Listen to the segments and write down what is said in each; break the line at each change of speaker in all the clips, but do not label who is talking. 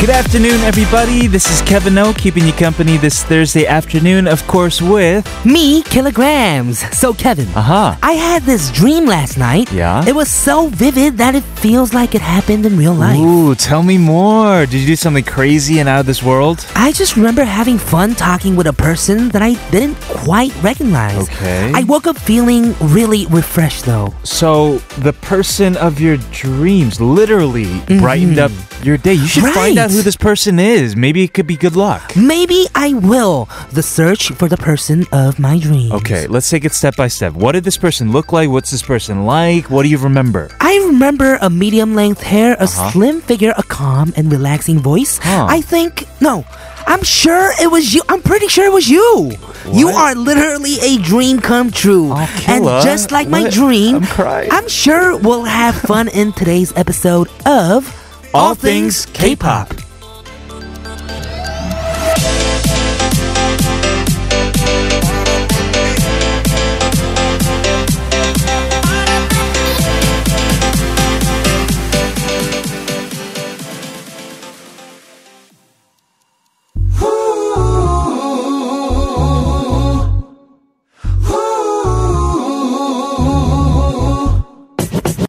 Good afternoon, everybody. This is Kevin O, keeping you company this Thursday afternoon, of course, with.
Me, kilograms. So, Kevin,
Aha.
I had this dream last night.
Yeah?
It was so vivid that it feels like it happened in real life.
Ooh, tell me more. Did you do something crazy and out of this world?
I just remember having fun talking with a person that I didn't quite recognize.
Okay.
I woke up feeling really refreshed, though.
So, the person of your dreams literally brightened up your day. You should find out
Right.
who this person is. Maybe it could be good luck.
Maybe I will. The search for the person of my dreams.
Okay, let's take it step by step. What did this person look like? What's this person like? What do you remember?
I remember a medium length hair, a slim figure, a calm and relaxing voice.
Uh-huh. Huh.
I think, no, I'm sure it was you. I'm pretty sure it was you. You
What?
are literally a dream come true.
Oh,
and
Killa,
just like my
what?
dream,
I'm crying.
I'm sure we'll have fun in today's episode of
All Things K-Pop.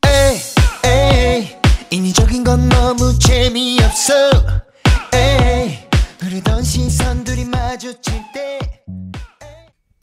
에이, 에이, 인위적인 건 너무 재미없어. 에이, 흐르던 시선들이 마주칠 때.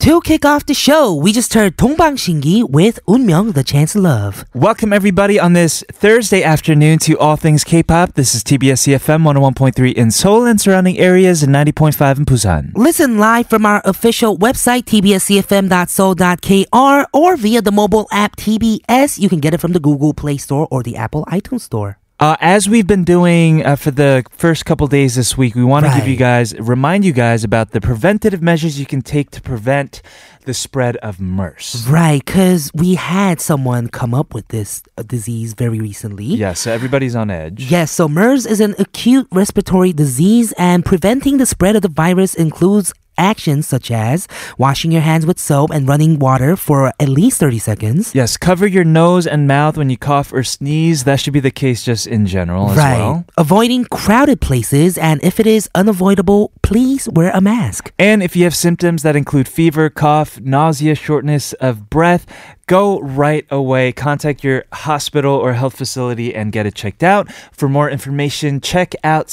To kick off the show, we just heard Dongbang Shingi with Unmyeong, The Chance of Love.
Welcome everybody on this Thursday afternoon to All Things K-pop. This is TBS EFM 101.3 in Seoul and surrounding areas and 90.5 in Busan.
Listen live from our official website, tbscfm.so.kr, or via the mobile app TBS. You can get it from the Google Play Store or the Apple iTunes Store.
Uh, as we've been doing uh, for the first couple days this week, we want to give
Right.
you guys remind you guys about the preventative measures you can take to prevent the spread of MERS.
Right, because we had someone come up with this uh, disease very recently.
Yeah, so everybody's on edge.
Yes, so MERS is an acute respiratory disease, and preventing the spread of the virus includes actions such as washing your hands with soap and running water for at least 30 seconds.
Yes, cover your nose and mouth when you cough or sneeze. That should be the case just in general as
right.
well.
Avoiding crowded places, and if it is unavoidable, please wear a mask.
And if you have symptoms that include fever, cough, nausea, shortness of breath, go right away. Contact your hospital or health facility and get it checked out. For more information, check out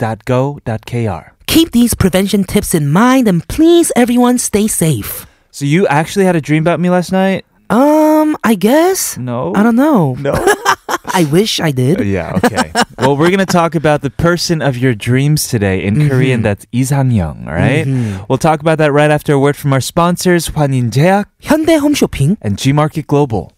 cdc.go.kr.
Keep these prevention tips in mind, and please, everyone, stay safe.
So you actually had a dream about me last night?
Um, I guess.
No.
I don't know.
No.
I wish I did.
yeah, okay. well, we're going to talk about the person of your dreams today.
Mm-hmm.
In Korean, that's Izhan Young, all right? We'll talk about that right after a word from our sponsors, 환인제약
Hyundai Home Shopping.
and G Market Global.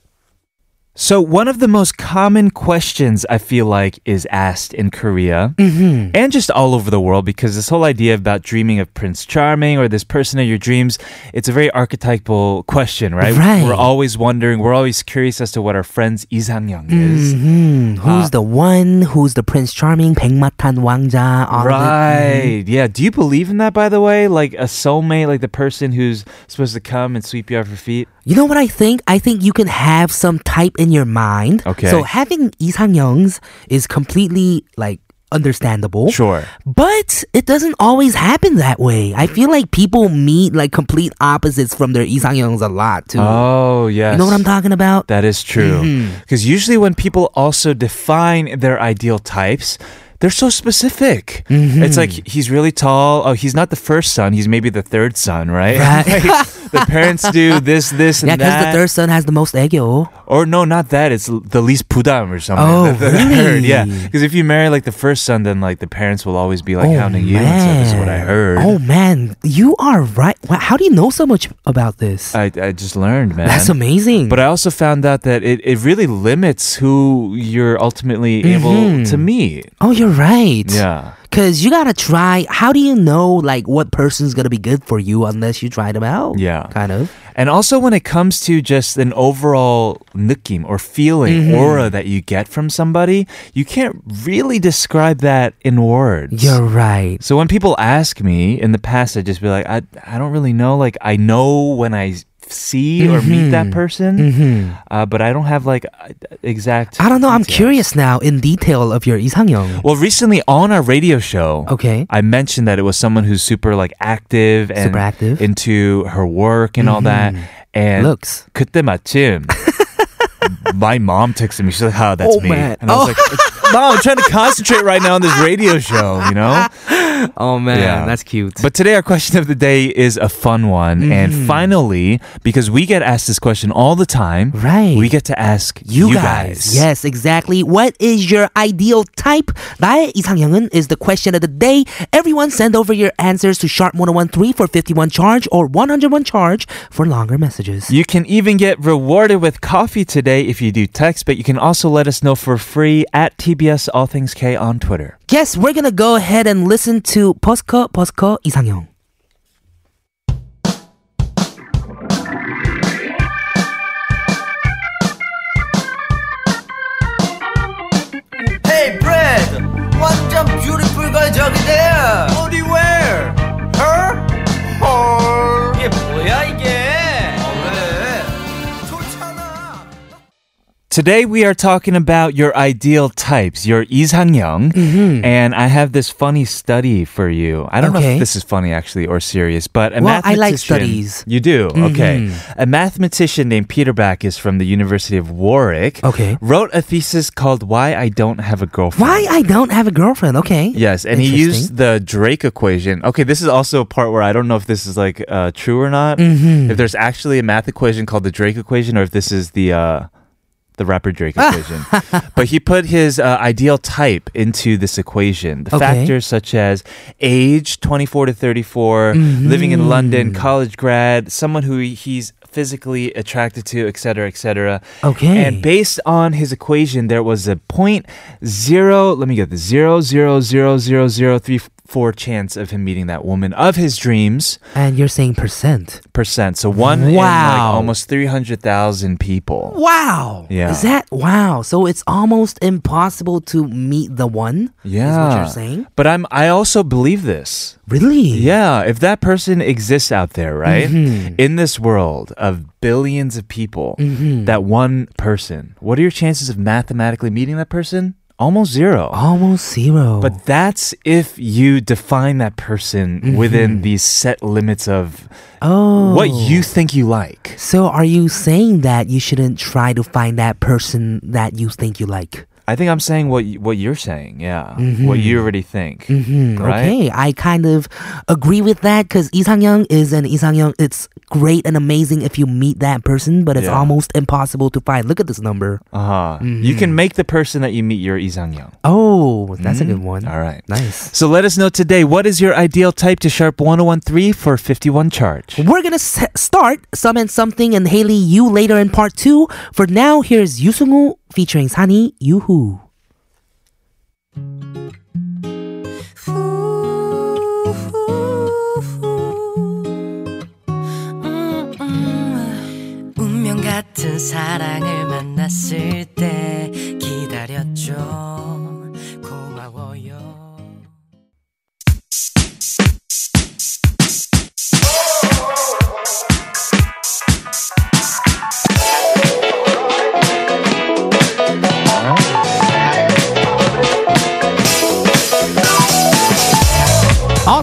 So, one of the most common questions I feel like is asked in Korea
Mm-hmm.
and just all over the world because this whole idea about dreaming of Prince Charming or this person of your dreams, it's a very archetypal question, right?
Right.
We're always wondering, we're always curious as to what our friend's Izhangyang is. uh,
hmm Who's the one? Who's the Prince Charming? 백마탄 왕자. all of it. Mm-hmm.
Right. Yeah. Do you believe in that, by the way? Like a soulmate, like the person who's supposed to come and sweep you off your feet?
You know what I think? I think you can have some type in your mind.
Okay.
So having Isang Young's is completely like understandable.
Sure.
But it doesn't always happen that way. I feel like people meet like complete opposites from their Isang Youngs a lot too.
Oh, yes.
you know what I'm talking about?
That is true.
Mm-hmm.
Because usually, when people also define their ideal types, they're so specific.
Mm-hmm.
It's like he's really tall. Oh, he's not the first son. He's maybe the third son, right? Like, the parents do this, this, and
yeah, because the
that.
third son has the most egyo.
or no, not that. It's l- the least pudam or something.
Oh,
the, the third, yeah.
really?
Because if you marry like the first son, then like the parents will always be like
oh,
hounding
man.
you. And stuff, is what I heard.
Oh man, you are right. Wow, how do you know so much about this?
I, I just learned, man.
That's amazing.
But I also found out that it, it really
Mm-hmm.
limits who you're ultimately able to meet.
oh, you're right.
Yeah.
Cause you gotta try. How do you know like what person's gonna be good for you unless you try them out?
Yeah.
kind of.
And also when it comes to just an overall 느낌 or feeling,
Mm-hmm.
aura that you get from somebody, you can't really describe that in words.
You're right.
So when people ask me in the past, I'd just be like, I, I don't really know. Like, I know when I see or meet
Mm-hmm.
that person, uh, but I don't have like uh, exact.
I don't know. I'm
details.
curious now in detail of your 이상형.
Well, recently on our radio show,
Okay.
I mentioned that it was someone who's super like active and
Super active. Mm-hmm.
into her work and all that. And
Looks.
그때 마침 my mom texted me. She's like, "Ah, that's
Oh,
me,"
man.
and I was like, "Mom, I'm trying to concentrate right now on this radio show," you know.
Oh man,
Yeah.
that's cute.
But today, our question of the day is a fun one. And
Mm-hmm.
finally, because we get asked this question all the time,
Right.
we get to ask you,
you, guys. Yes, exactly. What is your ideal type? 나의 이상형은 is the question of the day. Everyone send over your answers to sharp 1013 for 51 charge or 101 charge for longer messages.
You can even get rewarded with coffee today if you do text, but you can also let us know for free at TBS All Things K on Twitter.
Yes, we're gonna go ahead and listen to Posco Posco 이상형.
Hey, Brad! 완전 뷰티풀 걸적이네! 어디 where? Her? 헐. 이게 뭐야, 이게? 어, 왜? 좋잖아!
Today we are talking about your ideal types, your 이상형, and I have this funny study for you. I don't know if
Mm-hmm. Okay.
this is funny actually or serious, but a
Well, I like
mathematician-
studies. Mm-hmm.
You do okay. A mathematician named Peter Back is from the University of Warwick.
Okay.
wrote a thesis called "Why I Don't Have a Girlfriend."
Why I don't have a girlfriend? Okay.
Yes, and he
Interesting.
used the Drake equation. Okay, this is also a part where I don't know if this is like uh, true or not.
Mm-hmm.
If there's actually a math equation called the Drake equation, or if this is the uh, the rapper Drake equation. but he put his uh, ideal type into this equation. The
Okay.
factors such as age, 24 to 34,
Mm-hmm.
living in London, college grad, someone who he's physically attracted to, etc., etc.
Okay.
And based on his equation, there was a point zero. Let me get the zero zero zero zero zero three four chance of him meeting that woman of his dreams
And you're saying percent.
percent. So one in like
Wow.
almost three hundred thousand people.
Wow.
Yeah.
Is that wow? So it's almost impossible to meet the one.
Yeah,
Is what you're saying?
But I'm. I also believe this.
Really?
Yeah, if that person exists out there, right,
Mm-hmm.
in this world of billions of people,
Mm-hmm.
that one person, what are your chances of mathematically meeting that person? Almost zero.
Almost zero.
But that's if you define that person within these set limits of
Mm-hmm. oh,
what you think you like.
So are you saying that you shouldn't try to find that person that you think you like?
I think I'm saying what y- what you're saying. Yeah, what you already think. Right?
Mm-hmm. Okay, I kind of agree with that because 이상형 is an 이상형. It's great and amazing if you meet that person, but it's
Yeah.
almost impossible to find. Look at this number.
Uh-huh.
Mm-hmm.
You can make the person that you meet your 이상형.
Oh, that's a good one.
Mm-hmm. All right.
Nice.
So let us know today what is your ideal type to sharp 1013 for 51 charge.
We're gonna s- start some and something and Haley you later in part two. For now, here's Yusungu featuring Sunny Yuhu.
음, 운명 같은 사랑을 만났을 때 기다렸죠. 고마워요.
All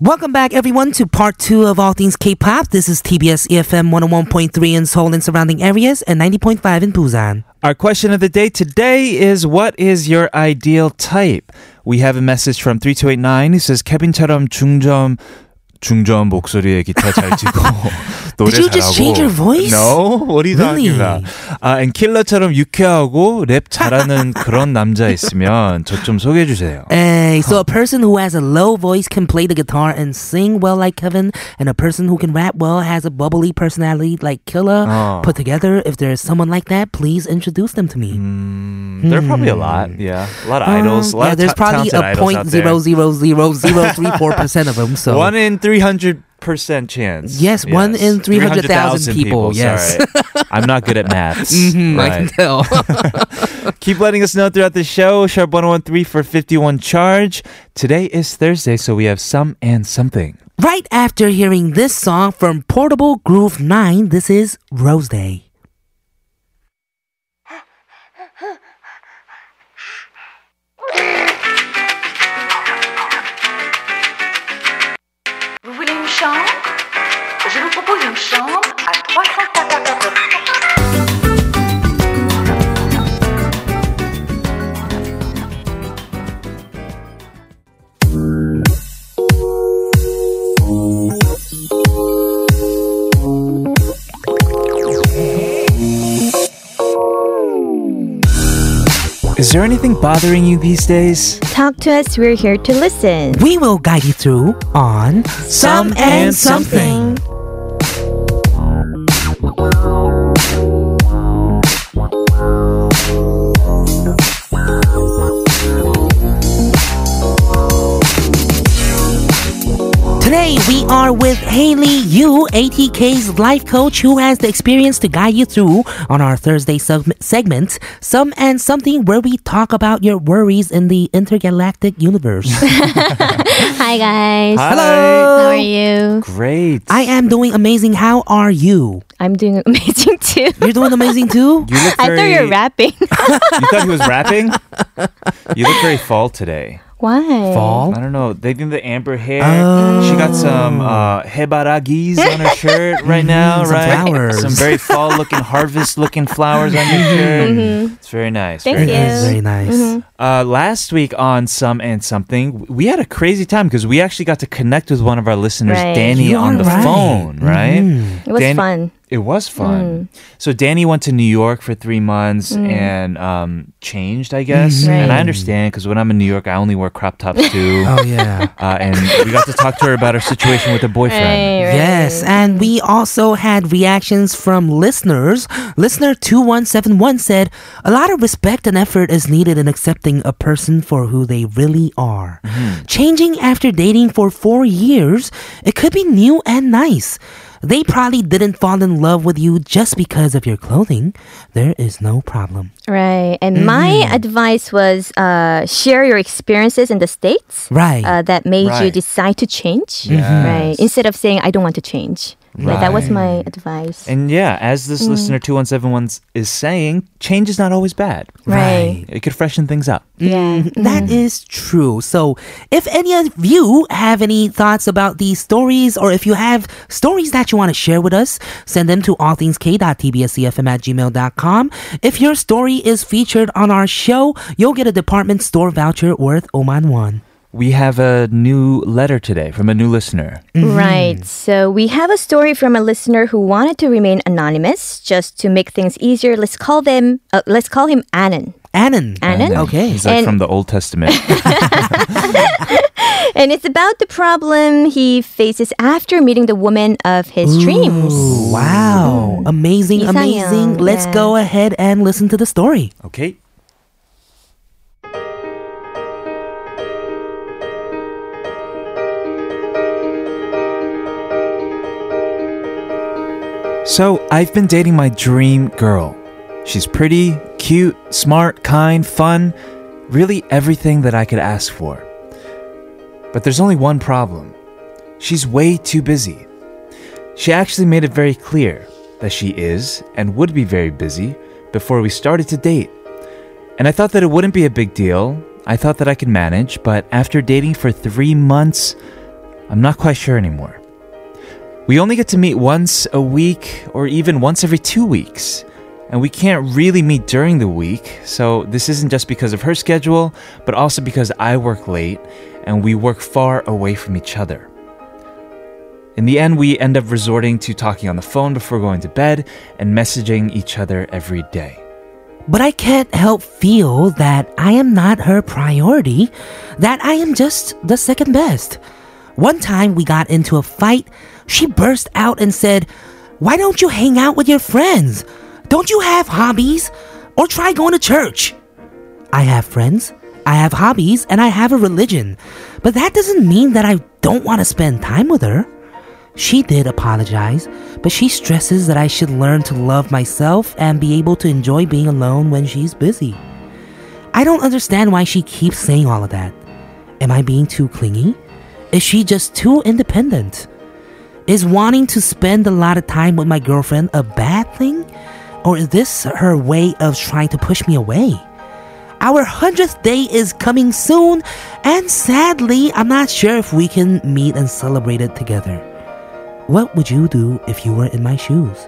Welcome back, everyone, to part two of All Things K-pop. This is TBS EFM 101.3 in Seoul and surrounding areas and 90.5 in Busan.
Our question of the day today is what is your ideal type? We have a message from 3289 who says Kevin Charam 중점 중저음 목소리에 기타 잘 치고 노래
Did you
잘하고.
just change your voice?
No, what are you talking
Really?
about? 아, 앤 킬러처럼 유쾌하고 랩 잘하는 그런 남자 있으면 저 좀 소개해 주세요.
Hey, so a person who has a low voice can play the guitar and sing well like Kevin, and a person who can rap well has a bubbly personality like Killa.
Oh.
Put together, if there's someone like that, please introduce them to me.
There are probably a lot. Yeah, a lot of idols. A
Mm. Um,
lot
yeah,
of
there's
ta-
probably
talented
a
idols out
point
there.
zero zero zero zero three four percent of them. So
One in 300% chance.
Yes, one in 300,000 people, yes.
sorry. I'm not good at maths.
Mhm, I can
Right.
tell.
Keep letting us know throughout the show. Sharp 1013 for 51 charge. Today is Thursday, so we have some and something.
right after hearing this song from Portable Groove 9, this is Rose Day.
Vous voulez une chambre Je vous propose une chambre à 350
Is there anything bothering you these days?
Talk to us, we're here to listen.
We will guide you through on Some and Something. Today, we are with Haley Yu, ATK's life coach, who has the experience to guide you through on our Thursday sub- segment, Some and Something, where we talk about your worries in the intergalactic universe.
Hi guys.
Hello.
How are you?
Great.
I am doing amazing. How are you?
I'm doing amazing too.
You're doing amazing too?
you look
I thought
very-
you were rapping.
You thought he was rapping? you look very fall today.
Why?
I don't know. They think the amber hair. She got some
Oh.
uh, hebaragis on her shirt right now,
Mhm, some
right?
flowers.
Some very fall looking, harvest looking flowers on your shirt. It's very nice.
Mm-hmm.
very
Thank you.
nice.
It is very nice.
Uh, last week on Some and Something, we had a crazy time because we actually got to connect with one of our listeners,
Right. Mm-hmm.
Danny,
You
on
are
the
right.
phone, right?
It was
Dan-
fun. Mm-hmm.
It was fun. So Danny went to New York for three months and um, changed, I guess.
Mhm.
And I
Mm. Right.
understand because when I'm in New York, I only wear crop tops too.
Oh, yeah.
uh, and we got to talk to her about her situation with her boyfriend.
Right, right.
Yes, and we also had reactions from listeners. Listener 2171 said, A lot of respect and effort is needed in accepting a person for who they really are. Changing after dating for four years, it could be new and nice. They probably didn't fall in love with you just because of your clothing. There is no problem.
Right. And my advice was uh, share your experiences in the States
Right.
uh, that made
Right.
you decide to change. Right. Instead of saying, I don't want to change. Like, that was my advice.
And yeah, as
Mm.
this listener 2171 is saying, change is not always bad.
right.
It could freshen things up.
Yeah.
Mm-hmm.
Mm-hmm.
That is true. So, if any of you have any thoughts about these stories, or if you have stories that you want to share with us, send them to allthingsk.tbscfm E at gmail.com. If your story is featured on our show, you'll get a department store voucher worth Oman One.
We have a new letter today from a new listener.
Right. So we have a story from a listener who wanted to remain anonymous just to make things easier. Let's call them. Uh, let's call him Annan.
Annan.
Annan.
And
Okay.
He's like
And-
from the Old Testament.
And it's about the problem he faces after meeting the woman of his dreams.
Wow.
Mm.
Amazing,
이상해요.
amazing. Let's
Yeah.
go ahead and listen to the story.
okay. So, I've been dating my dream girl. She's pretty, cute, smart, kind, fun, really everything that I could ask for. But there's only one problem she's way too busy. She actually made it very clear that she is and would be very busy before we started to date. And I thought that it wouldn't be a big deal. I thought that I could manage, but after dating for three months, I'm not quite sure anymore. We only get to meet once a week or even once every two weeks. And we can't really meet during the week, so this isn't just because of her schedule, but also because I work late and we work far away from each other. In the end, we end up resorting to talking on the phone before going to bed and messaging each other every day.
But I can't help feel that I am not her priority, that I am just the second best. One time we got into a fight, she burst out and said, Why don't you hang out with your friends? Don't you have hobbies? Or try going to church? I have friends, I have hobbies, and I have a religion. But that doesn't mean that I don't want to spend time with her. She did apologize, but she stresses that I should learn to love myself and be able to enjoy being alone when she's busy. I don't understand why she keeps saying all of that. Am I being too clingy? Is she just too independent? Is wanting to spend a lot of time with my girlfriend a bad thing? Or is this her way of trying to push me away? Our 100th day is coming soon, and sadly, I'm not sure if we can meet and celebrate it together. What would you do if you were in my shoes?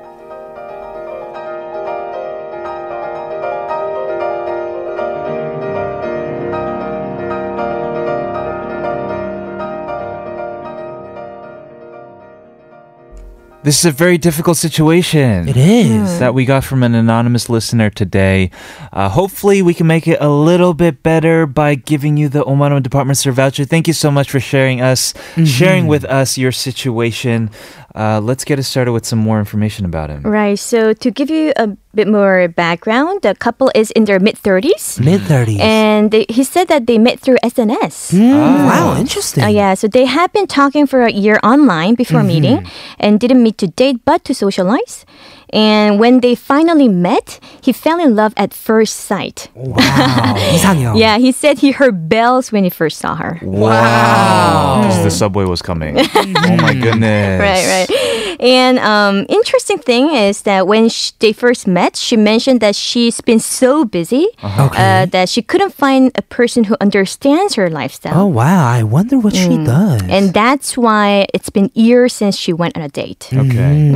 This is a very difficult situation.
It is.
That we got from an anonymous listener today. Uh, hopefully, we can make it a little bit better by giving you the Omano Department Store voucher. Thank you so much for sharing us, sharing with us your situation. Uh, let's get us started with some more information about him.
Right. So to give you a bit more background, the couple is in their mid 30s,
Mid 30s.
and they, he said that they met through SNS.
Hmm. Oh, Wow, interesting.
Uh, yeah, so they had been talking for a year online before
Mm-hmm.
meeting and didn't meet to date but to socialize. And when they finally met, he fell in love at first sight.
Wow. 이상형.
Yeah, he said he heard bells when he first saw her.
Wow. 'Cause The subway was coming.
Mm-hmm.
oh my goodness.
Right, right. And um, interesting thing is that when sh they first met, she mentioned that she's been so busy
Uh-huh.
uh that she couldn't find a person who understands her lifestyle.
Oh wow, I wonder what she does.
Mm. And that's why it's been years since she went on a date.
Okay.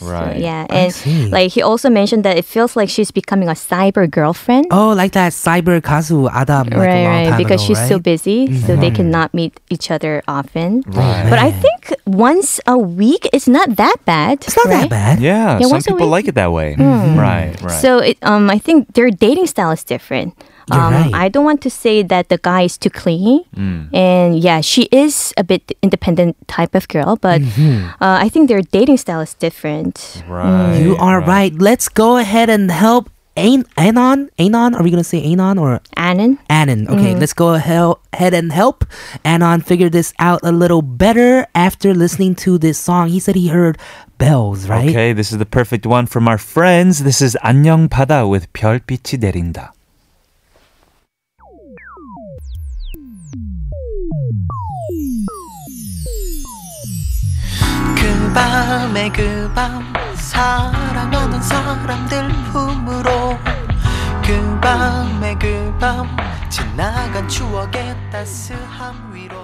Right.
Yeah,
I
and
see.
like he also mentioned that it feels like she's becoming a cyber girlfriend.
oh, like that cyber Kazu Adam like a
right,
long
right,
time
because
ago,
she's so
right? Mm-hmm.
busy, so they cannot meet each other often.
Right.
But I think once a week is not that bad.
It's not that
right?
bad.
Yeah.
Yeah,
some
once a
people like
week. Mm-hmm.
it that way. Right. Right.
So it, um, I think their dating style is different.
You're
um,
right.
I don't want to say that the guy is too clingy,
Mm.
and yeah, she is a bit independent type of girl, but
Mm-hmm.
uh, I think their dating style is different.
right.
mm-hmm.
You are right. Let's go ahead and help Ain- Anon. Anon, are we gonna say Anon or
Annan,
Anon? Okay,
Mm.
let's go hel- ahead and help Anon figure this out a little better after listening to this song. He said he heard bells, right?
Okay, this is the perfect one from our friends. This is 안녕 바다 with 별빛이 내린다.
그 밤에 그 밤 사랑하는 사람들 품으로 그 밤에 그 밤 지나간 추억의 따스함 위로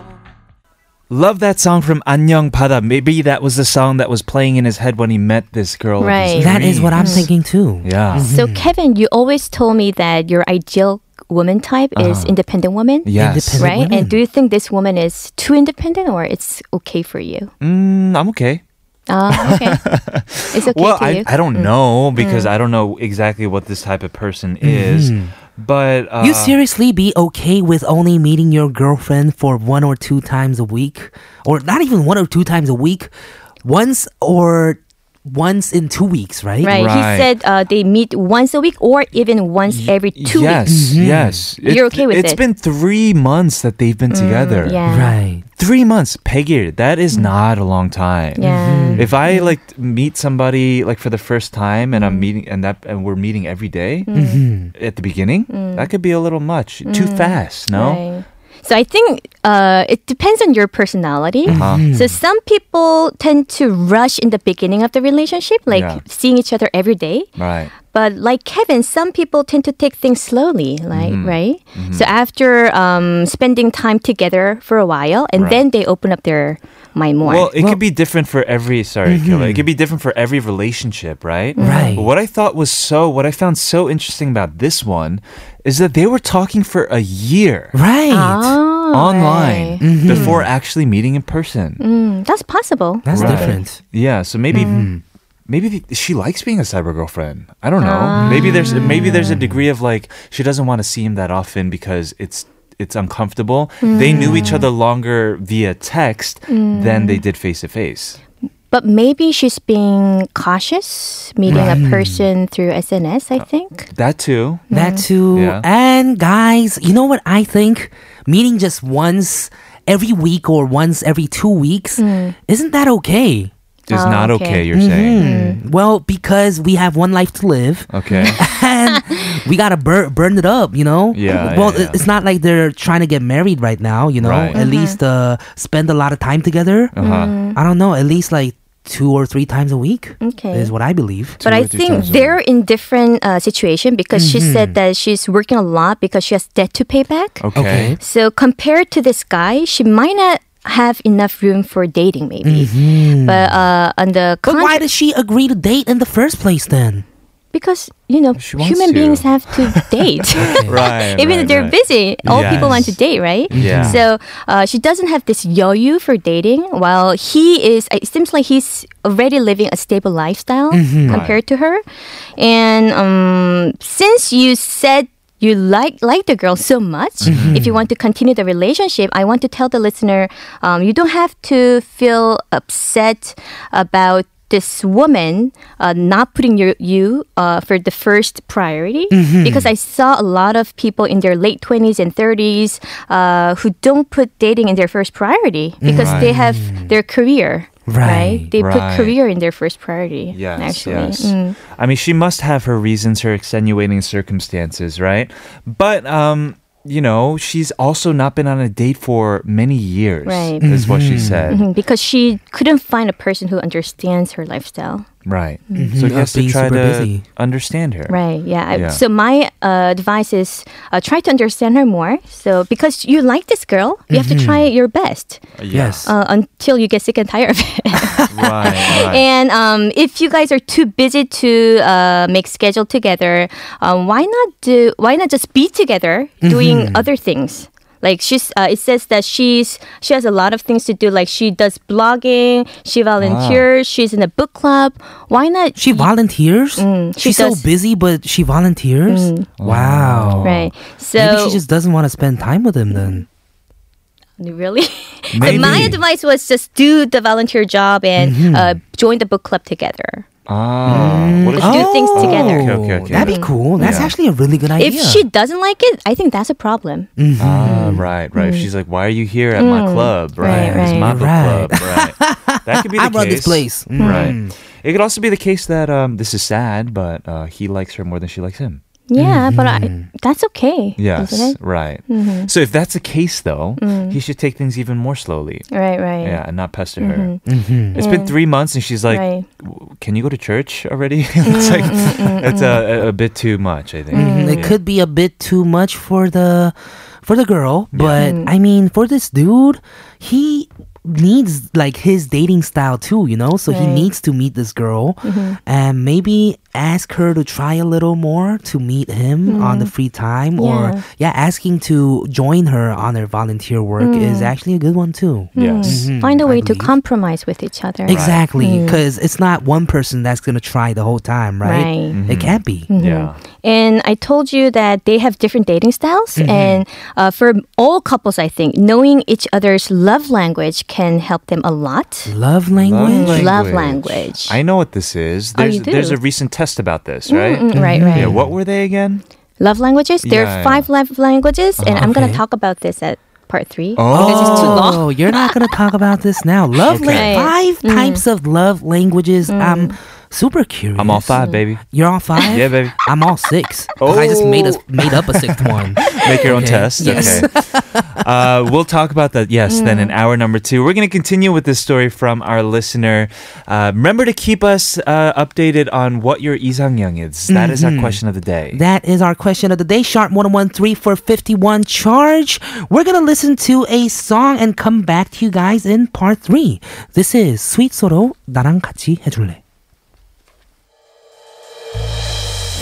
Love that song from 안녕 바다. Maybe that was the song that was playing in his head when he met this girl. of his
Right. Mm.
That is what I'm
dreams.
thinking too.
Yeah.
So Kevin, you always told me that your ideal woman type is independent woman.
Uh-huh. Yes.
Independent.
Right?
women.
And do you think this woman is too independent or it's okay for you?
Mm, I'm okay.
Uh, okay. it's okay
well,
to you. Mm.
I, I don't know because I don't know exactly what this type of person is. But uh,
Mm-hmm. You seriously be okay with only meeting your girlfriend for one or two times a week? Or not even one or two times a week, once or once in two weeks, right?
Right.
Right.
He said uh, they meet once a week or even once every two
yes,
weeks.
yes.
You're okay with
It's
it? Mm,
been three months that they've been together.
Yeah.
Right.
Three months, Peggy. That is not a long time.
Yeah.
If I like meet somebody like for the first time and I'm
Mm.
meeting and that and we're meeting every day, at the beginning,
Mm.
that could be a little much, too fast. No,
Right. So I think uh, it depends on your personality.
Uh-huh.
So some people tend to rush in the beginning of the relationship, like
Yeah.
seeing each other every day.
right,
But like Kevin, some people tend to take things slowly, like
Mm-hmm.
right. So after um, spending time together for a while, and
Right.
then they open up their mind more.
Well, it could be different for every. Sorry, Killa. It could be different for every relationship, right?
Mm.
Right.
But what I thought was so, what I found so interesting about this one, is that they were talking for a year.
Right.
oh,
online before actually meeting in person.
Mm, that's possible.
That's
Right.
different.
Yeah, so maybe maybe the, she likes being a cyber girlfriend. I don't know. Maybe there's maybe there's a degree of like she doesn't want to see him that often because it's it's uncomfortable. They knew each other longer via text than they did face to face.
But maybe she's being cautious meeting a person through SNS,
Uh,
I think.
That too.
That too.
Yeah.
And guys, you know what I think? Meeting just once every week or once every two weeks, isn't that okay?
Is
Oh,
not okay,
okay.
you're saying.
Well, because we have one life to live.
Okay.
and we gotta bur- burn it up, you know.
Yeah,
Well,
yeah, yeah.
it's not like they're trying to get married right now, you know.
Right.
At least uh, spend a lot of time together.
Uh-huh.
I don't know. At least like two or three times a week
Okay.
is what I believe.
But I think they're in different uh, situation because she said that she's working a lot because she has debt to pay back.
Mm-hmm. Okay.
So compared to this guy, she might not have enough room for dating, maybe.
Mm-hmm.
But uh, on the
But why
contrary,
did she agree to date in the first place then?
because you know
She wants to.
human beings have to date.
Right.
Even
right,
if they're
right.
busy, all people want to
Yes.
date, right?
Yeah.
So uh, she doesn't have this yo-yo for dating, while he is. It seems like he's already living a stable lifestyle
Mm-hmm.
compared to her. And um, since you said you like like the girl so much,
Mm-hmm.
if you want to continue the relationship, I want to tell the listener, um, you don't have to feel upset about. This woman uh, not putting your, you uh, for the first priority
Mm-hmm.
because I saw a lot of people in their late 20s and 30s uh, who don't put dating in their first priority because they have their career.
Right,
They
right.
put career in their first priority.
Yes,
actually.
yes.
Mm.
I mean, she must have her reasons, her extenuating circumstances, right? But, um, you know, she's also not been on a date for many years.
Right.
Is what
Mm-hmm.
she said.
Mhm, Because she couldn't find a person who understands her lifestyle.
Right. So he
Not
has to
Mm-hmm. being
try to
super busy.
understand her.
Mm-hmm. Right. Yeah. I-
Yeah.
So my uh, advice is uh, try to understand her more. So because you like this girl, you have to
Mm-hmm.
try your best
Yes.
uh, until you get sick and tired of it.
right. right.
And um, if you guys are too busy to uh, make schedule together, um, why not do? Why not just be together
Mm-hmm.
doing other things? Like she's, uh, it says that she's she has a lot of things to do. Like she does blogging, she volunteers, she's in a book club. Why not?
She volunteers.
Mm. she
She's so
does.
busy, but she volunteers. Wow.
right.
oh. Maybe
So
she just doesn't want to spend time with him then.
really,
Maybe.
my advice was just do the volunteer job and
Mm-hmm.
uh, join the book club together.
Ah. What if
Let's
she-
do things together.
Okay, okay, okay.
Oh. That'd be cool. That's
Yeah.
actually a really good idea.
If she doesn't like it, I think that's a problem.
Mm-hmm.
Ah, right, right. She's like, why are you here at my club? Right.
Mm-hmm. Mm. Right,
It's
right.
my book
Right.
club. Right. That could be the
I run
case.
this place. Mm.
Right. It could also be the case that um, this is sad, but uh, he likes her more than she likes him.
Yeah, but I, that's okay.
Mm-hmm. Yes,
Isn't it? Mm-hmm.
right. So if that's the case, though, he should take things even more slowly.
Right, right. Mm-hmm.
Yeah, and not pester her.
Mm-hmm.
It's been three months, and she's like,
Right. Mm,
"W- "Can you go to church already?" it's like it's a, a- a bit too much, I think.
Mm-hmm.
It
Yeah.
could be a bit too much for the for the girl, but
Mm-hmm.
I mean for this dude, he needs like his dating style too, you know? So he
Right. Mm-hmm.
needs to meet this girl and maybe ask her to try a little more to meet him on
Mm-hmm.
the free time or yeah, asking to join her on her volunteer work
Mm-hmm.
is actually a good one too.
Yes.
Find a
Mm, I
way to
believe.
compromise with each other.
Exactly,
Mm-hmm.
because it's not one person that's gonna try the whole time, right?
Right. Mm-hmm.
It can't be.
Yeah.
And I told you that they have different dating styles.
Mm-hmm.
And uh, for all couples, I think knowing each other's love language can help them a lot.
Love language.
Mm-hmm. Love language.
I know what this is.
Oh,
There's
you
there's a
do?
recent test about this, right?
Mm, Right,
Mm-hmm.
right.
Yeah. What were they again?
Love languages. There
Yeah,
are five love languages, and I'm going
Okay.
to talk about this at part three.
Oh.
Because it's too long. Mm.
Oh, you're not gonna talk about this now. Love
Okay.
lang- five types of love languages.
Mm.
I'm super curious.
I'm
Mm.
all five, baby.
You're all five.
Yeah, Oh. baby.
I'm all six. 'Cause I just made us made up a sixth one.
Make your own test. Okay. uh, we'll talk about that, yes, then in
Mm-hmm.
hour number two. We're going to continue with this story from our listener. Uh, remember to keep us uh, updated on what your 이상형 is. That is
Mm-hmm.
our question of the day.
That is our question of the day. Sharp 1013 for 51 charge. We're gonna listen to a song and come back to you guys in part three. This is Sweet Sorrow. 나랑 같이 해줄래?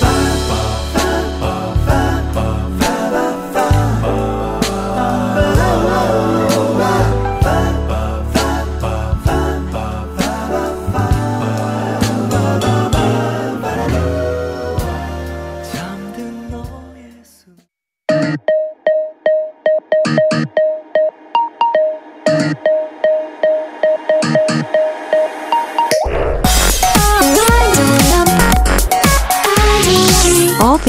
넌
All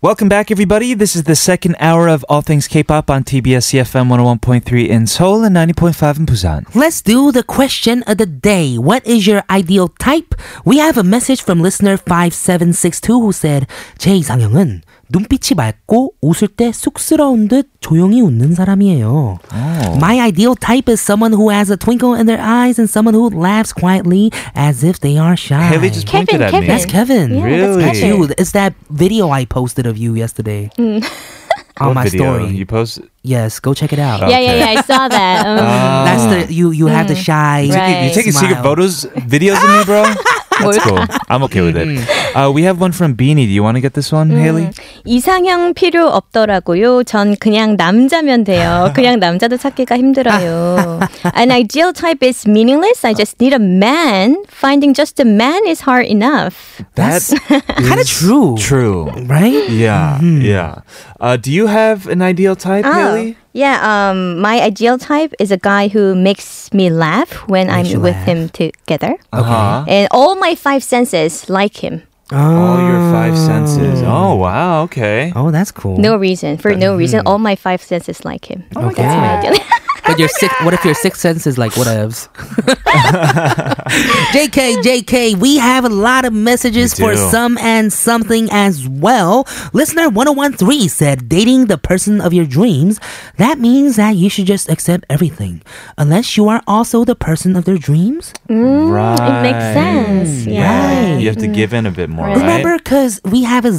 Welcome back, everybody. This is the second hour of All Things K-pop on TBS CFM 101.3 in Seoul and 90.5 in Busan.
Let's do the question of the day. What is your ideal type? We have a message from listener 5762 who said, 제 이상형은 눈빛이 맑고 웃을 때 쑥스러운 듯 조용히 웃는 사람이에요.
Oh.
My ideal type is someone who has a twinkle in their eyes and someone who laughs quietly as if they are shy.
Haley just pointed
Kevin,
at me.
Kevin.
That's Kevin.
Yeah,
Really?
That's
That's
Kevin. Mm.
you. It's that video I posted of you yesterday on
What
my
video?
story.
You post
Yes, go check it out.
Yeah, Mm. yeah, yeah. I saw that. Um,
Oh, Uh,
That's the you. You have the shy.
You
Right.
taking secret
Smile.
photos, videos of me, bro? That's cool. I'm okay with it.
Mm-hmm.
Uh, we have one from Beanie. Do you want to get this one,
Mm.
Haley?
이상형 필요 없더라고요. 전 그냥 남자면 돼요. 그냥 남자도 찾기가 힘들어요. An ideal type is meaningless. I just need a man. Finding just a man is hard enough.
That's
Kind of true,
true.
right?
Yeah, yeah. Uh, do you have an ideal type,
Oh.
Haley?
Yeah, um, my ideal type is a guy who makes me laugh when I'm with him together.
Uh-huh.
And all my five senses like him.
All your five senses. Oh, wow. Okay.
Oh, that's cool.
No reason. For no reason, all my five senses like him.
okay. but your six. What if your sixth sense is like whatevs? JK, JK, we have a lot of messages
We
for
do.
some and something as well. Listener 1013 said, dating the person of your dreams, that means that you should just accept everything. Unless you are also the person of their dreams?
right.
It makes sense. Yeah.
You have to give in a bit more, right?
Remember, because we have a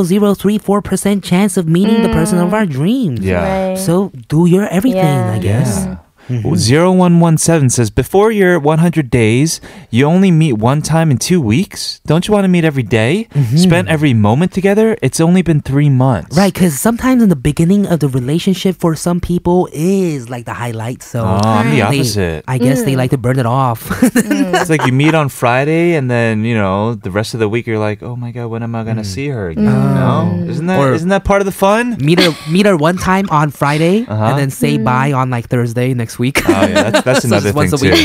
0.000034% chance of meeting the person of our dreams.
Yeah.
Right.
So do your everything,
Yeah.
I guess.
Yeah. 0117 says, Before your 100 days, you only meet one time in two weeks. Don't you want to meet every day? Spend every moment together? It's only been three months.
Right, because sometimes in the beginning of the relationship for some people is like the highlight. So
Oh, I'm the
they-
opposite.
I guess they like to burn it off.
It's like you meet on Friday, and then, you know, the rest of the week you're like, oh my God, when am I going to see her? again?" No? Isn't that,
Mm. Or-
not that part of the fun?
meet her, meet her one time on Friday,
Uh-huh.
and then say bye on like Thursday next week.
Oh, yeah, that's, that's
So
another
just
thing,
once a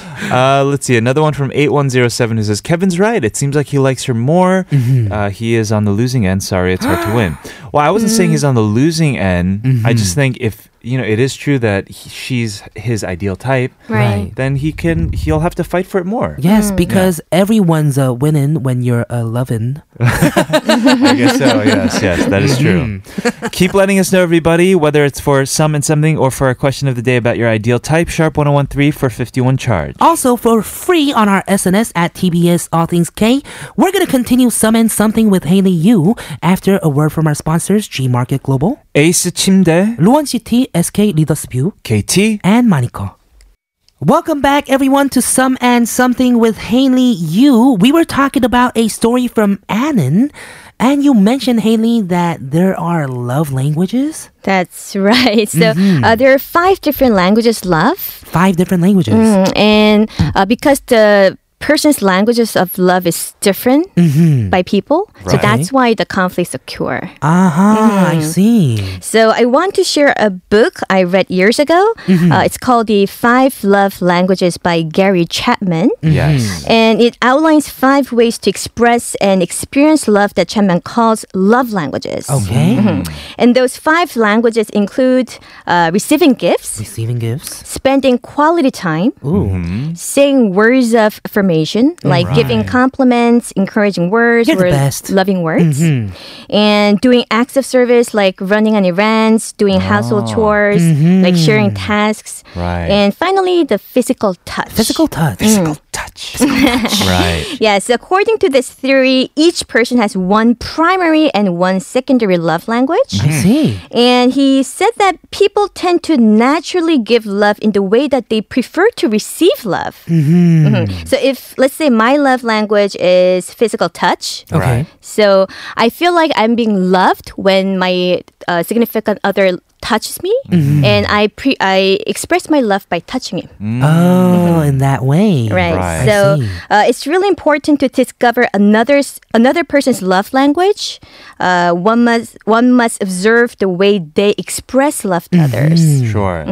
too. uh, let's see, another one from 8107 who says, Kevin's right. It seems like he likes her more. Uh, he is on the losing end. Sorry, it's hard to win. Well, I wasn't saying he's on the losing end. I just think if, you know, it is true that he, she's his ideal type,
Right.
then he can, he'll have to fight for it more.
Yes, because everyone's uh, winning when you're uh, loving.
I guess so. Yes, yes, that is true. Mm-hmm. Keep letting us know, everybody, whether it's for some and something or for a question of the day about your ideal type. Sharp 1013 for 51 charge.
Also, for free on our SNS at TBS All Things K, we're going to continue Some and Something with Haley Yu after a word from our sponsors, G Market Global,
Ace 침대,
Luan City, SK Leaders View,
KT.
and Maniko. Welcome back, everyone, to Some and Something with Haley Yu. We were talking about a story from Annan, and you mentioned, Haley, that there are love languages.
That's right. So uh, there are five different languages love,
Five different languages.
Mm, and uh, because the person's languages of love is different by people, so
Right.
that's why the conflicts occur.
Aha, Uh-huh,
Mm-hmm.
I see.
So I want to share a book I read years ago. Uh, it's called The Five Love Languages by Gary Chapman.
Mm-hmm. Yes.
And it outlines five ways to express and experience love that Chapman calls love languages.
Okay.
Mm-hmm. And those five languages include uh, receiving gifts,
Receiving gifts.
spending quality time,
Ooh.
saying words of affirmation, like giving compliments, encouraging words,
You're the
or
best. Mm-hmm.
loving words, and doing acts of service like running on errands, doing
Ah.
household chores,
Mm-hmm.
like sharing tasks,
Right.
and finally the physical touch.
Physical touch. Physical touch.
Mm. Right.
Yes, according to this theory, each person has one primary and one secondary love language.
I see.
And he said that people tend to naturally give love in the way that they prefer to receive love. Mhm. So, if let's say my love language is physical touch,
Okay.
so I feel like I'm being loved when my uh, significant other touches me, and I pre I express my love by touching him.
Oh, in that way.
Mm-hmm. Right.
Right.
I
So
see.
uh, it's really important to discover another's another person's love language. Uh, one must one must observe the way they express love
Mm-hmm.
to others.
Sure.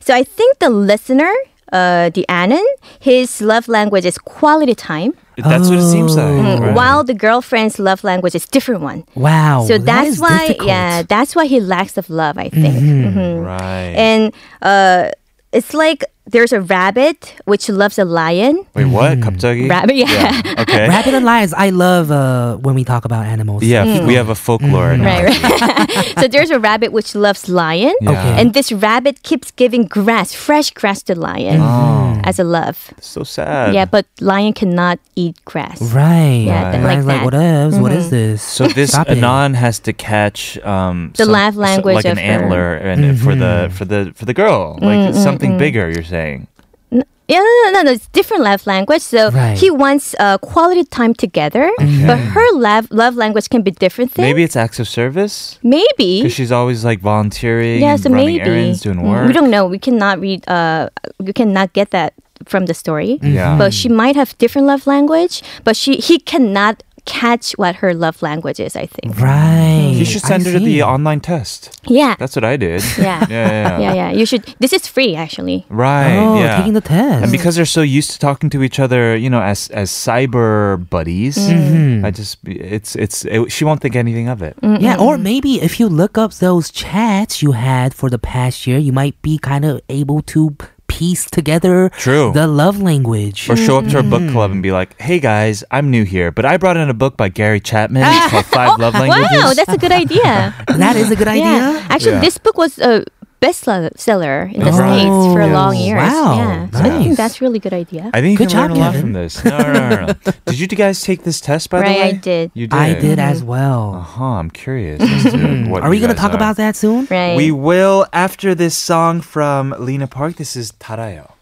So I think the listener, uh, the Annan, his love language is quality time,
That's what it seems like.
Mm-hmm.
right.
while the girlfriend's love language is different one.
Wow. Oh,
So
that is
that's why,
difficult. Mm-hmm.
yeah, that's why he lacks of love. I think.
Mm-hmm. Right.
and uh, it's like there's a rabbit which loves a lion.
Wait, what? 갑자기?
Rabbit, yeah.
Okay.
Rabbit and lions. I love uh, when we talk about animals.
Yeah, we have a folklore. now.
Right, right. so there's a rabbit which loves lion,
Yeah. Okay.
and this rabbit keeps giving grass, fresh grass to lion
Mm. Oh.
as a love.
So sad.
yeah, but lion cannot eat grass.
Right.
Yeah, th-
And I
like
was like,
that. Mm-hmm.
what is? What is this?
So this
Stop it.
anon has to catch um,
The
some-
love
so-
language
like an
of her. Mm,
antler, and for the for the for the girl, like it's something bigger. You're saying,
Yeah, no, no, no, no. It's different love language. So
Right.
he wants uh, quality time together, but her love love language can be different thing.
maybe it's acts of service
Maybe.
because she's always like volunteering,
yeah,
and
so
running
maybe
errands, doing
Mm,
work.
We don't know. We cannot read. Uh, we cannot get that from the story.
Yeah.
but she might have different love language. But she he cannot catch what her love language is. I think.
Right.
You should
I
send her to
see.
the online test.
Yeah.
That's what I did. yeah,
yeah.
yeah.
yeah. Yeah. You should. This is free actually.
Right.
Oh,
yeah.
taking the test.
and because they're so used to talking to each other, you know, as as cyber buddies,
Mm.
I just it's it's it, she won't think anything of it.
Yeah, or maybe if you look up those chats you had for the past year, you might be kind of able to piece together
True.
the love language.
Or show up to a book
Mm.
club and be like, "Hey guys, I'm new here, but I brought in a book by Gary Chapman It's called Five Love Languages."
Wow, that's a good idea.
That is a good
yeah.
idea.
Actually,
Yeah.
this book was a bestseller in the
Oh,
states for
yes.
long years.
Wow,
Yeah. So I
nice.
think that's really good idea.
I think you
Good
can learn a
job,
lot
Kevin.
from this. No, no, no, no. did you guys take this test by the
Right,
way?
I did.
You did.
I did as well.
Huh? I'm curious. as to what
Are we
you
going to
guys are.
talk about that soon?
right.
We will after this song from Lena Park. This is Tarayo.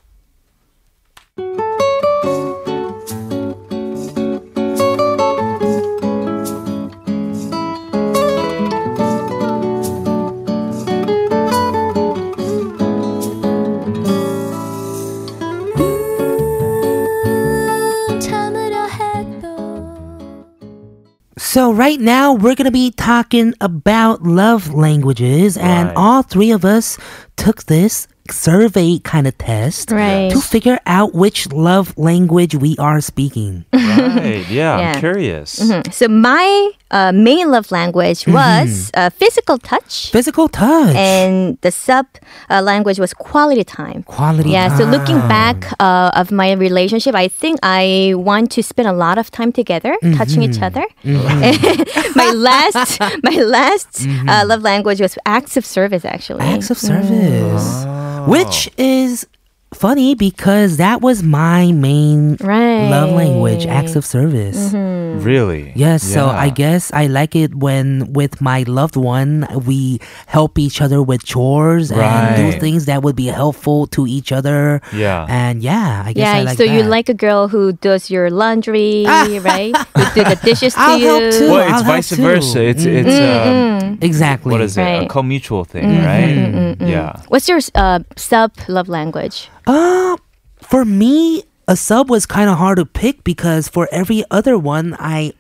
So, right now, we're going to be talking about love languages, and
Right.
all three of us took this survey kind of test
Right.
to figure out which love language we are speaking.
Right. Yeah,
Yeah.
I'm curious.
Mm-hmm.
Hmm. So my uh, main love language was uh, physical touch,
Physical touch.
and the sub uh, language was quality time.
Quality
Yeah. So looking
time.
back uh, of my relationship, I think I want to spend a lot of time together,
Mm-hmm.
touching each other. my last, my last uh, love language was acts of service. Actually,
Mm-hmm. acts of service,
Oh,
which is funny because that was my main
Mm-hmm. Right.
love language, acts of service.
Mm-hmm.
Really?
Yes, so I
Yeah.
guess I like it when with my loved one we help each other with chores and do
Right.
things that would be helpful to each other.
Yeah.
and yeah, I guess
Yeah,
I like
so you
that. Ah.
like a girl who does your laundry, right? Who do the dishes to
I'll
you.
help too.
Well, it's
I'll Mm-hmm.
vice
help
versa.
too.
It's it's um,
exactly.
what is it? A
Right.
co-mutual thing,
Mm-hmm.
right? Yeah.
What's your uh, sub love language?
Uh, for me, a sub was kind of hard to pick because for every other one, I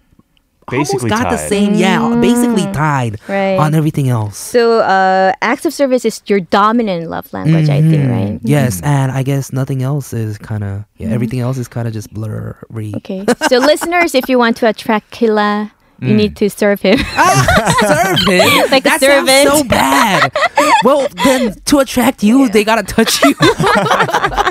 Basically
almost got the
tied.
same. Yeah, basically tied
Mm. Right.
on everything else.
So uh, acts of service is your dominant love language, I think,
Mm-hmm.
right?
Mm.
Mm-hmm.
Yes, and I guess nothing else is kind of yeah, everything else is kind of just blurry.
Okay. So listeners, if you want to attract Killa, you need
Mm.
to serve him.
Servant,
Like a
that sounds so
servant.
bad. well, then to attract you, they gotta touch you.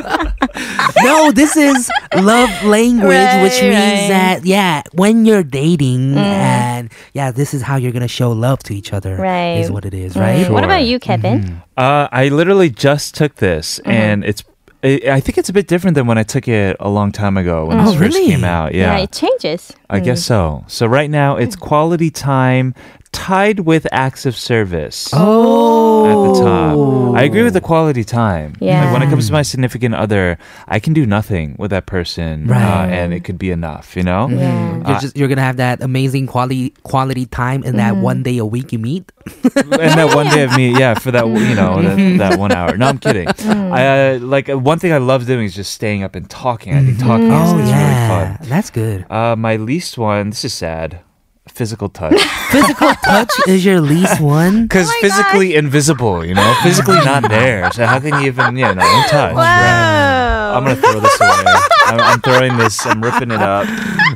no, this is love language, which
Right,
means
right. Mm.
that yeah, when you're dating and yeah, this is how you're gonna show love to each other.
Right.
is what it is, right?
What
Sure.
about you, Kevin?
Uh, I literally just took this,
Uh-huh.
and it's. I I think it's a bit different than when I took it a long time ago when
Oh,
this first
really?
came out. Yeah,
it changes.
Hmm.
I guess so. So right now it's quality time tied with acts of service.
Oh.
at the top. I agree with the quality time. Like
Yeah.
when it comes to my significant other, I can do nothing with that person, uh, and it could be enough. You know.
Yeah.
You're, just, you're gonna have that amazing quality quality time in that
Mm-hmm.
one day a week you meet.
and that one day of me, yeah, for that you know that, that one hour. No, I'm kidding. I uh, like uh, one thing I love doing is just staying up and talking. I think talking
Oh,
is, is really fun.
that's good.
Uh, my least one. This is sad. Physical touch,
Physical touch is your least one.
because physically invisible, you know, physically not there. So how can you even, yeah, no, in touch? Right. I'm gonna throw this away. I'm, I'm throwing this. I'm ripping it up.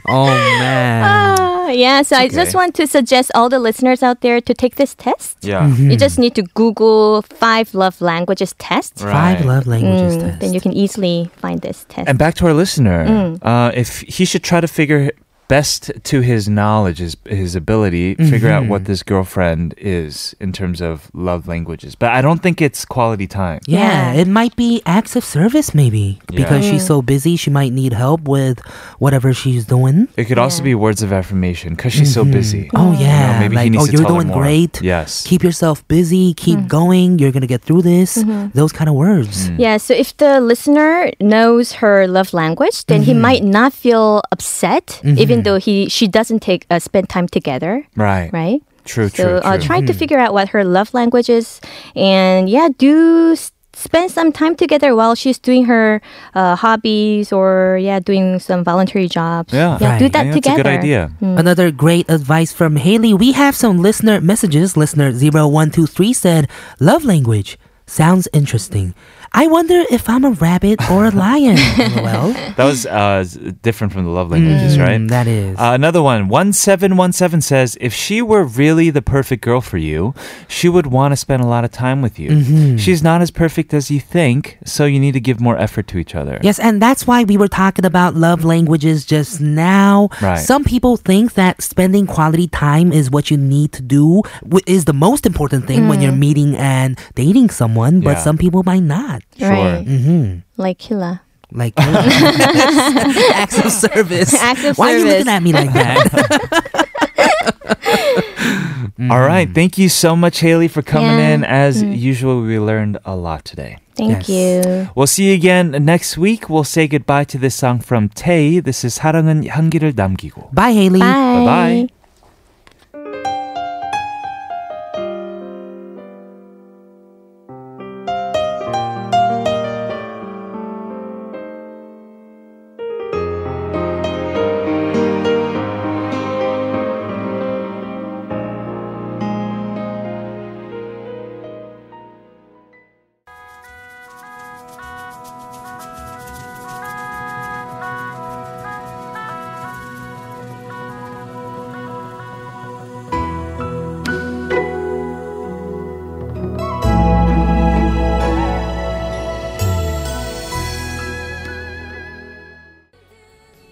Oh man.
Uh, yeah, so I just
okay.
want to suggest all the listeners out there to take this test.
Yeah,
You just need to Google five love languages test.
right.
Five love languages
Mm,
test.
Then you can easily find this test.
And back to our listener,
Mm.
uh, if he should try to figure best to his knowledge, his his ability,
Mm-hmm.
figure out what this girlfriend is in terms of love languages. But I don't think it's quality time.
yeah,
Yeah. Mm.
it might be acts of service, maybe. Because
Yeah.
she's so busy, she might need help with whatever she's doing.
It could also be words of affirmation because she's so busy.
Oh,
Mm.
You know,
yeah.
maybe he
like,
needs
oh,
to
you're
tell her
doing
more.
great.
Yes.
Keep yourself busy. Keep
Mm.
going. You're going to get through this.
Mm-hmm.
Those kind of words.
Mm.
Yeah, so if the listener knows her love language, then
Mm-hmm.
he might not feel upset, even though he she doesn't take uh, spend time together,
right.
right?
True.
So
True. Hmm.
Uh,
true.
trying to figure out what her love language is, and yeah, do s- spend some time together while she's doing her uh, hobbies or yeah, doing some voluntary jobs.
Yeah.
do
Right.
I think that's
that
a
together.
good idea.
Mm.
Another great advice from Haley. We have some listener messages. Listener 0123 said, Love language sounds interesting. I wonder if I'm a rabbit or a lion. well, mm,
That was uh, s- different from the love
Mm.
languages, right?
that is.
Uh, another one, 1717 says, if she were really the perfect girl for you, she would want to spend a lot of time with you. She's not as perfect as you think, so you need to give more effort to each other.
Yes, and that's why we were talking about love languages just now.
Right.
Some people think that spending quality time is what you need to do, wh- is the most important thing when
Mm.
you're meeting and dating someone, but
Yeah.
some people might not.
Sure.
Right.
Mm-hmm.
Like Hila.
Like, acts of service.
Acts of
why are you
service.
looking at me like that?
All right. Thank you so much, Haley, for coming
Yeah. Mm-hmm.
in. As usual, we learned a lot today.
Yes.
Thank you.
We'll see you again next week. We'll say goodbye to this song from Tay. This is 사랑은 향기를 남기고.
Bye, Haley.
Bye.
Bye-bye.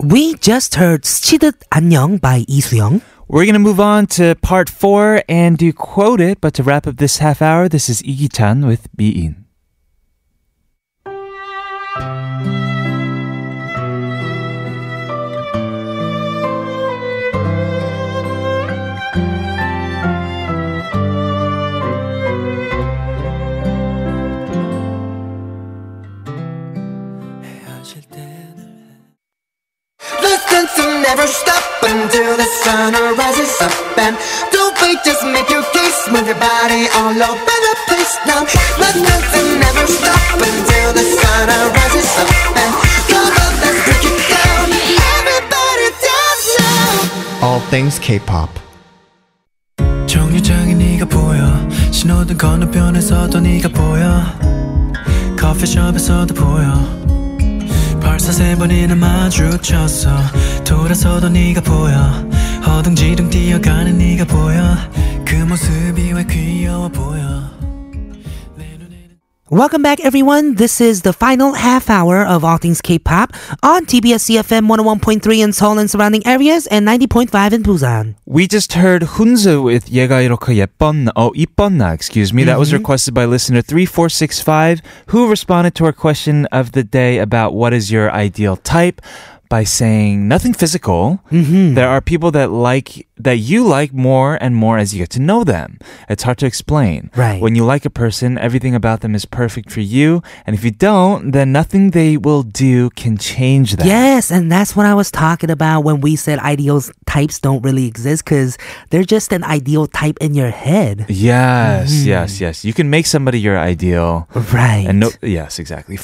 We just heard 스치듯 안녕 by Lee Soo-young.
We're going to move on to part four and do quote it. But to wrap up this half hour, this is Lee Chan with Be In.
Listen to never stop until the sun rises up and don't wait, just make your case, move your body all over the place now. Listen to never stop until the sun rises up and come on, let's break it down. Everybody dance now. All things K-pop.
정류장에 네가 보여 신호등 건너편에서도 네가 보여 커피숍에서도 보여 벌써 세 번이나 마주쳤어 돌아서도 네가 보여 허둥지둥 뛰어가는 네가 보여 그 모습이 왜 귀여워 보여
Welcome back, everyone. This is the final half hour of All Things K-pop on TBS CFM 101.3 in Seoul and surrounding areas and 90.5 in Busan.
We just heard Hunza with 얘가 이렇게 예뻤나, oh, 이뻤나, excuse me. That was requested by listener 3465, who responded to our question of the day about what is your ideal type by saying nothing physical. There are people that like that you like more and more as you get to know them. It's hard to explain.
Right.
When you like a person, everything about them is perfect for you. And if you don't, then nothing they will do can change that.
Yes, and that's what I was talking about when we said ideal types don't really exist because they're just an ideal type in your head.
Yes, yes, yes. You can make somebody your ideal.
Right.
And no, yes, exactly.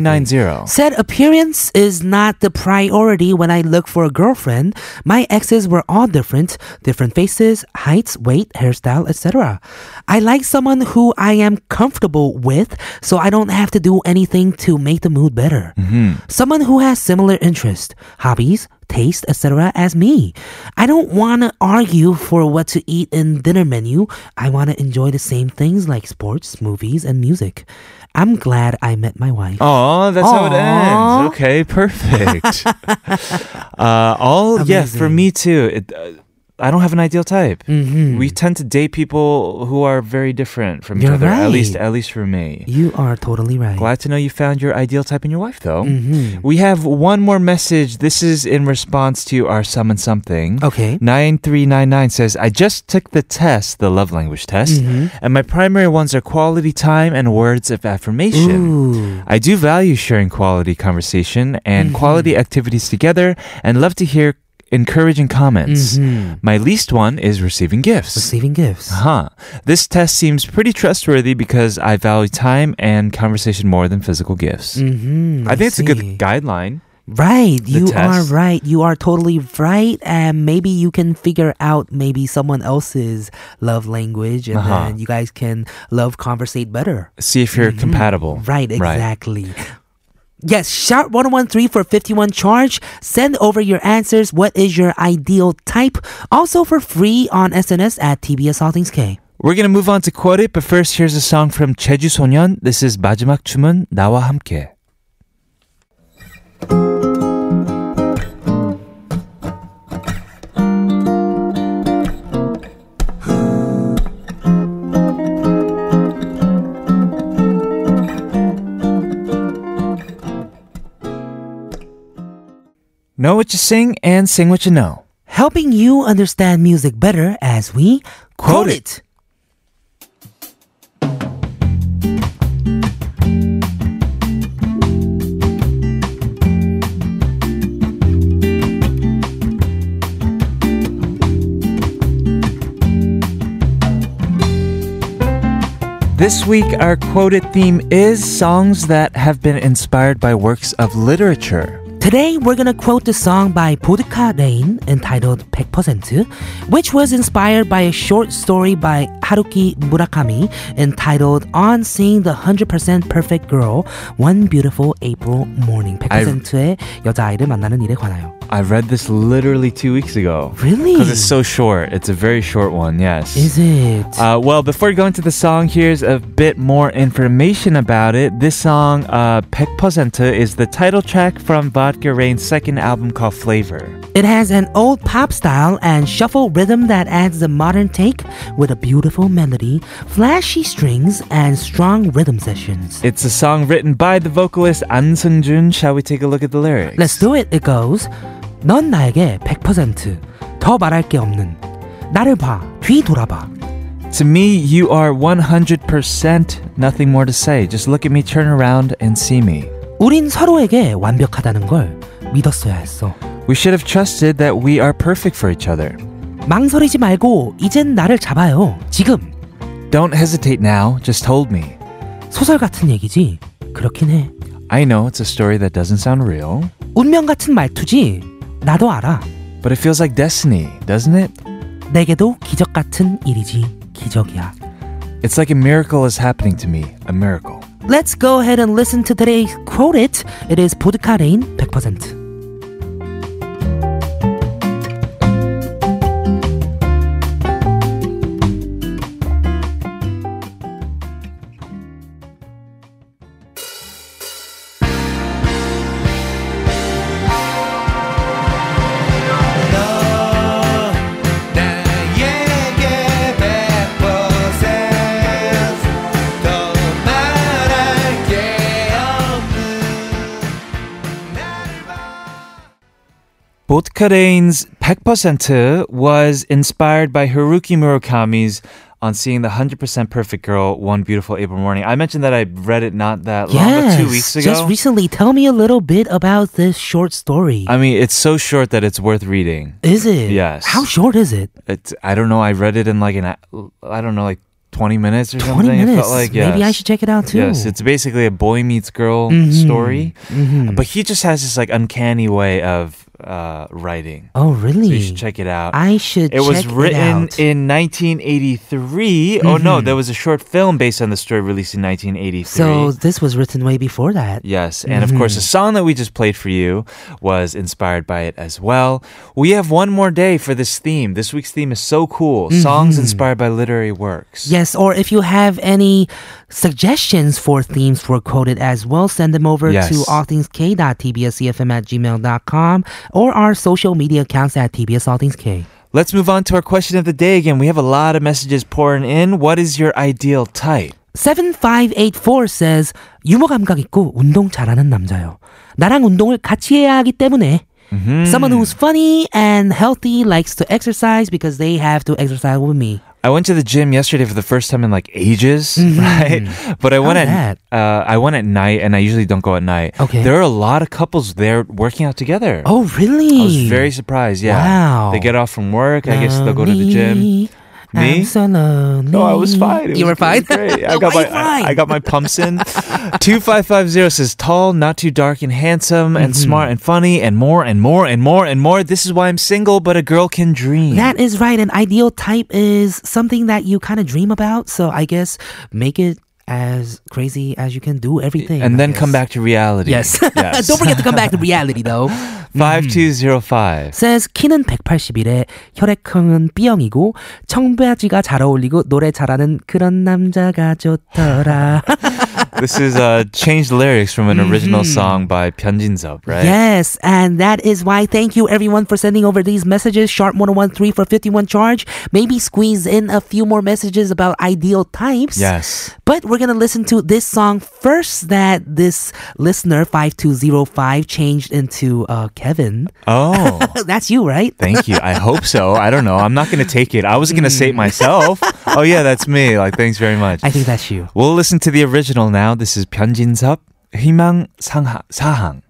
4990.
Said appearance is not the priority when I look for a girlfriend. My exes were all different, different faces, heights, weight, hairstyle, etc. I like someone who I am comfortable with, so I don't have to do anything to make the mood better. Someone who has similar interests, hobbies, taste, etc. as me. I don't want to argue for what to eat in dinner menu. I want to enjoy the same things like sports, movies, and music. I'm glad I met my wife.
Oh, that's how it
Aw.
ends. Okay, perfect. uh, all yes, for
Amazing.
me too. It, uh, I don't have an ideal type. We tend to date people who are very different from
Mm-hmm. You're
each other. At
right.
least, at least for me.
You are totally right. Mm-hmm.
Glad to know you found your ideal type in your wife, though.
Mm.
We have one more message. This is in response to our summon something.
Okay.
9399 says, I just took the test, the love language test,
Mm-hmm.
and my primary ones are quality time and words of affirmation. I do value sharing quality conversation and
Mm-hmm.
quality activities together and love to hear encouraging comments.
Mm-hmm.
My least one is receiving gifts.
Receiving gifts.
Huh. This test seems pretty trustworthy because I value time and conversation more than physical gifts.
Mm-hmm,
I think it's a good
see.
guideline.
Right. You are
test.
right. You are totally right. And maybe you can figure out maybe someone else's love language and
Uh-huh.
then you guys can love conversate better.
See if you're compatible.
Mm-hmm. Right, exactly. Yes, shout 1013 for 51 charge. Send over your answers. What is your ideal type? Also for free on SNS at TBS All Things K.
We're going to move on to quote it, but first, here's a song from Jeju Sonyeon. This is 마지막 춤은 나와 함께. Know what you sing and sing what you know.
Helping you understand music better as we quote,
Quote
it.
This week, our quoted theme is songs that have been inspired by works of literature.
Today, we're gonna quote the song by Bodka Rain entitled 100%, which was inspired by a short story by Haruki Murakami entitled On Seeing the 100% Perfect Girl, One Beautiful April Morning. 100%의 여자아이를 만나는 일에 관하여.
I read this literally two weeks ago.
Really?
Because it's so short. It's a very short one, yes.
Is it?
Uh, well, before going to the song, here's a bit more information about it. This song, uh, Peck is the title track from Vodka Rain's second album called Flavor.
It has an old pop style and shuffle rhythm that adds a modern take with a beautiful melody, flashy strings, and strong rhythm sessions.
It's a song written by the vocalist An Sung Jun. Shall we take a look at the lyrics?
Let's do it. It goes. 넌 나에게 100%더 말할 게 없는 나를 봐. 뒤 돌아봐.
To me, you are 100% nothing more to say. Just look at me, turn around, and see me.
우린 서로에게 완벽하다는 걸 믿었어야 했어.
We should have trusted that we are perfect for each other.
망설이지 말고 이젠 나를 잡아요. 지금
Don't hesitate now, just hold me.
소설 같은 얘기지. 그렇긴 해.
I know it's a story that doesn't sound real,
운명 같은 말투지. 나도 알아.
but it feels like destiny, doesn't it?
내게도 기적 같은 일이지. 기적이야.
It's like a miracle is happening to me. A miracle.
Let's go ahead and listen to today's quote it. It is 보드카 레인 100%.
Botkareyn's 100% was inspired by Haruki Murakami's on seeing the 100% perfect girl one beautiful April morning. I mentioned that I read it not that long, but
Yes,
two weeks ago.
Just recently, tell me a little bit about this short story.
I mean, it's so short that it's worth reading.
is it?
Yes.
How short is it?
It's I don't know. I read it in like an I don't know like 20 minutes or
20
something. It
minutes.
felt like
Maybe I
yes.
should Mm-hmm. check it out too.
Yes, it's basically a boy meets girl story,
Mm-hmm.
but he just has this like uncanny way of uh, writing.
oh, really?
So you should check it out.
I should
it was
check
written
it out. Mm-hmm.
in 1983. Oh no, there was a short film based on the story released in 1983.
so this was written way before that.
Yes, and of course, the
Mm-hmm.
song that we just played for you was inspired by it as well. We have one more day for this theme. This week's theme is so cool songs
Mm-hmm.
inspired by literary works.
Yes, or if you have any suggestions for themes for quoted as well, send them over
Yes.
to allthingsk.tbscfm E at gmail.com or our social media accounts at tbs all things k.
Let's move on to our question of the day again. We have a lot of messages pouring in. What is your ideal type?
7584 says 유머 감각 있고 운동 잘하는 남자요. 나랑 운동을 같이 해야 하기 때문에 Someone who's funny and healthy likes to exercise because they have to exercise with me.
I went to the gym yesterday for the first time in like ages, right? But I went
Mm-hmm. How's
at uh, I went at night, and I usually don't go at night.
Okay.
there are a lot of couples there working out together.
Oh, really?
I was very surprised. Yeah.
Wow.
They get off from work. I guess they'll go to the gym.
Lonely.
Me?
I'm so lonely.
No, I was fine. It
Mm. you
was-
were fine.
it was Great. I
Why
got my
fine?
I, I got my pumps in. Two five five zero says tall, not too dark and handsome,
Mm-hmm.
and smart and funny, and more and more and more and more. This is why I'm single, but a girl can dream.
That is right. An ideal type is something that you kind of dream about. So I guess make it as crazy as you can. Do everything,
and
I
then come back
guess.
to reality.
Yes.
yes.
Don't forget to come back to reality though.
Five two zero five.
says 키는 181에 혈액형은 B형이고 청바지가 잘 어울리고 노래 잘하는 그런 남자가 좋더라.
This is uh changed lyrics from an original
Mm-hmm.
song by Pyonjin Sub, right?
Yes, and that is why thank you everyone for sending over these messages. Sharp 1013 for 51 charge. Maybe squeeze in a few more messages about ideal types.
Yes.
But we're going to listen to this song first that this listener 5205 changed into uh, Kevin.
Oh.
That's you, right?
Thank you. I hope so. I don't know. I'm not going to take it. I was going to say it myself. Oh, yeah, that's me. Like, thanks very much.
I think that's you.
We'll listen to the original now. This is 변진섭, 희망 상하, 사항.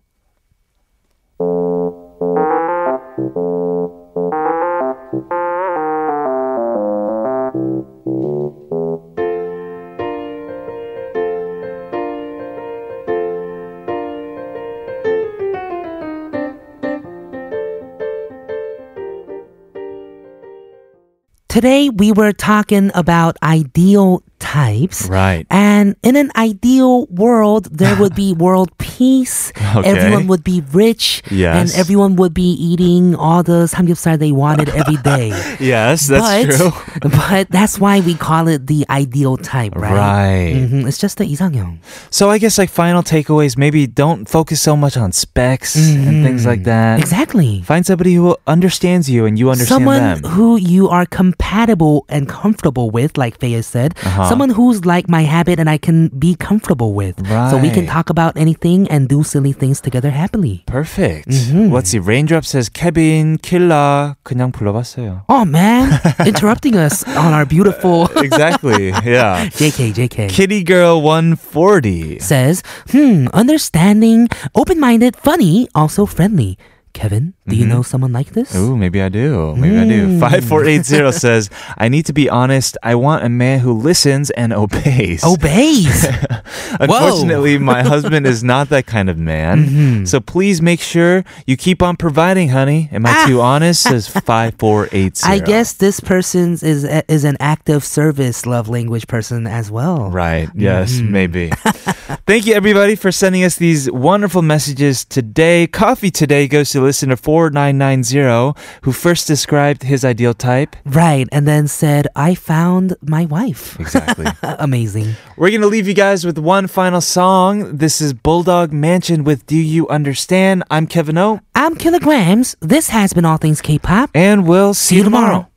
Today we were talking about ideal types.
Right.
And in an ideal world, there would be world peace.
Okay.
Everyone would be rich. And
Yes.
everyone would be eating all the samgyeopsal they wanted every day.
Yes, that's
but,
true.
But that's why we call it the ideal type, right?
Right.
Mhm, It's just the 이상형.
So I guess like final takeaways, maybe don't focus so much on specs and things like that.
Mm-hmm. Exactly.
Find somebody who understands you and you understand
Someone
them.
who you are compatible and comfortable with, like Faye said.
Uh-huh.
Someone who's like my habit and I can be comfortable with. So we can
Right.
talk about anything and do silly things together happily.
Perfect.
Mm-hmm.
Let's see. Raindrop says Kevin Killa 그냥 불러봤어요.
Oh man, interrupting us on our beautiful
exactly. Yeah.
JK, JK.
Kitty Girl 140.
says, hmm, understanding, open minded, funny, also friendly. Kevin, do you know someone like this?
Mm-hmm. Ooh, maybe I do. Maybe I
Hmm.
do. 5480 says, I need to be honest. I want a man who listens and obeys.
Oh, Obeys.
Unfortunately, my husband is not that kind of man.
Mm-hmm.
So please make sure you keep on providing, honey. Am I too honest? Says 5480.
I guess this person's is eh, is an active service love language person as well.
Right. Yes,
Mm-hmm.
maybe. Thank you, everybody, for sending us these wonderful messages today. Coffee today goes to listener 4990, who first described his ideal type.
Right, and then said, "I found my wife."
Exactly.
Amazing.
We're going to leave you guys with one final song. This is Bulldog Mansion with Do You Understand? I'm Kevin O,
I'm Kilograms. This has been all things K-pop.
and we'll see,
See you tomorrow.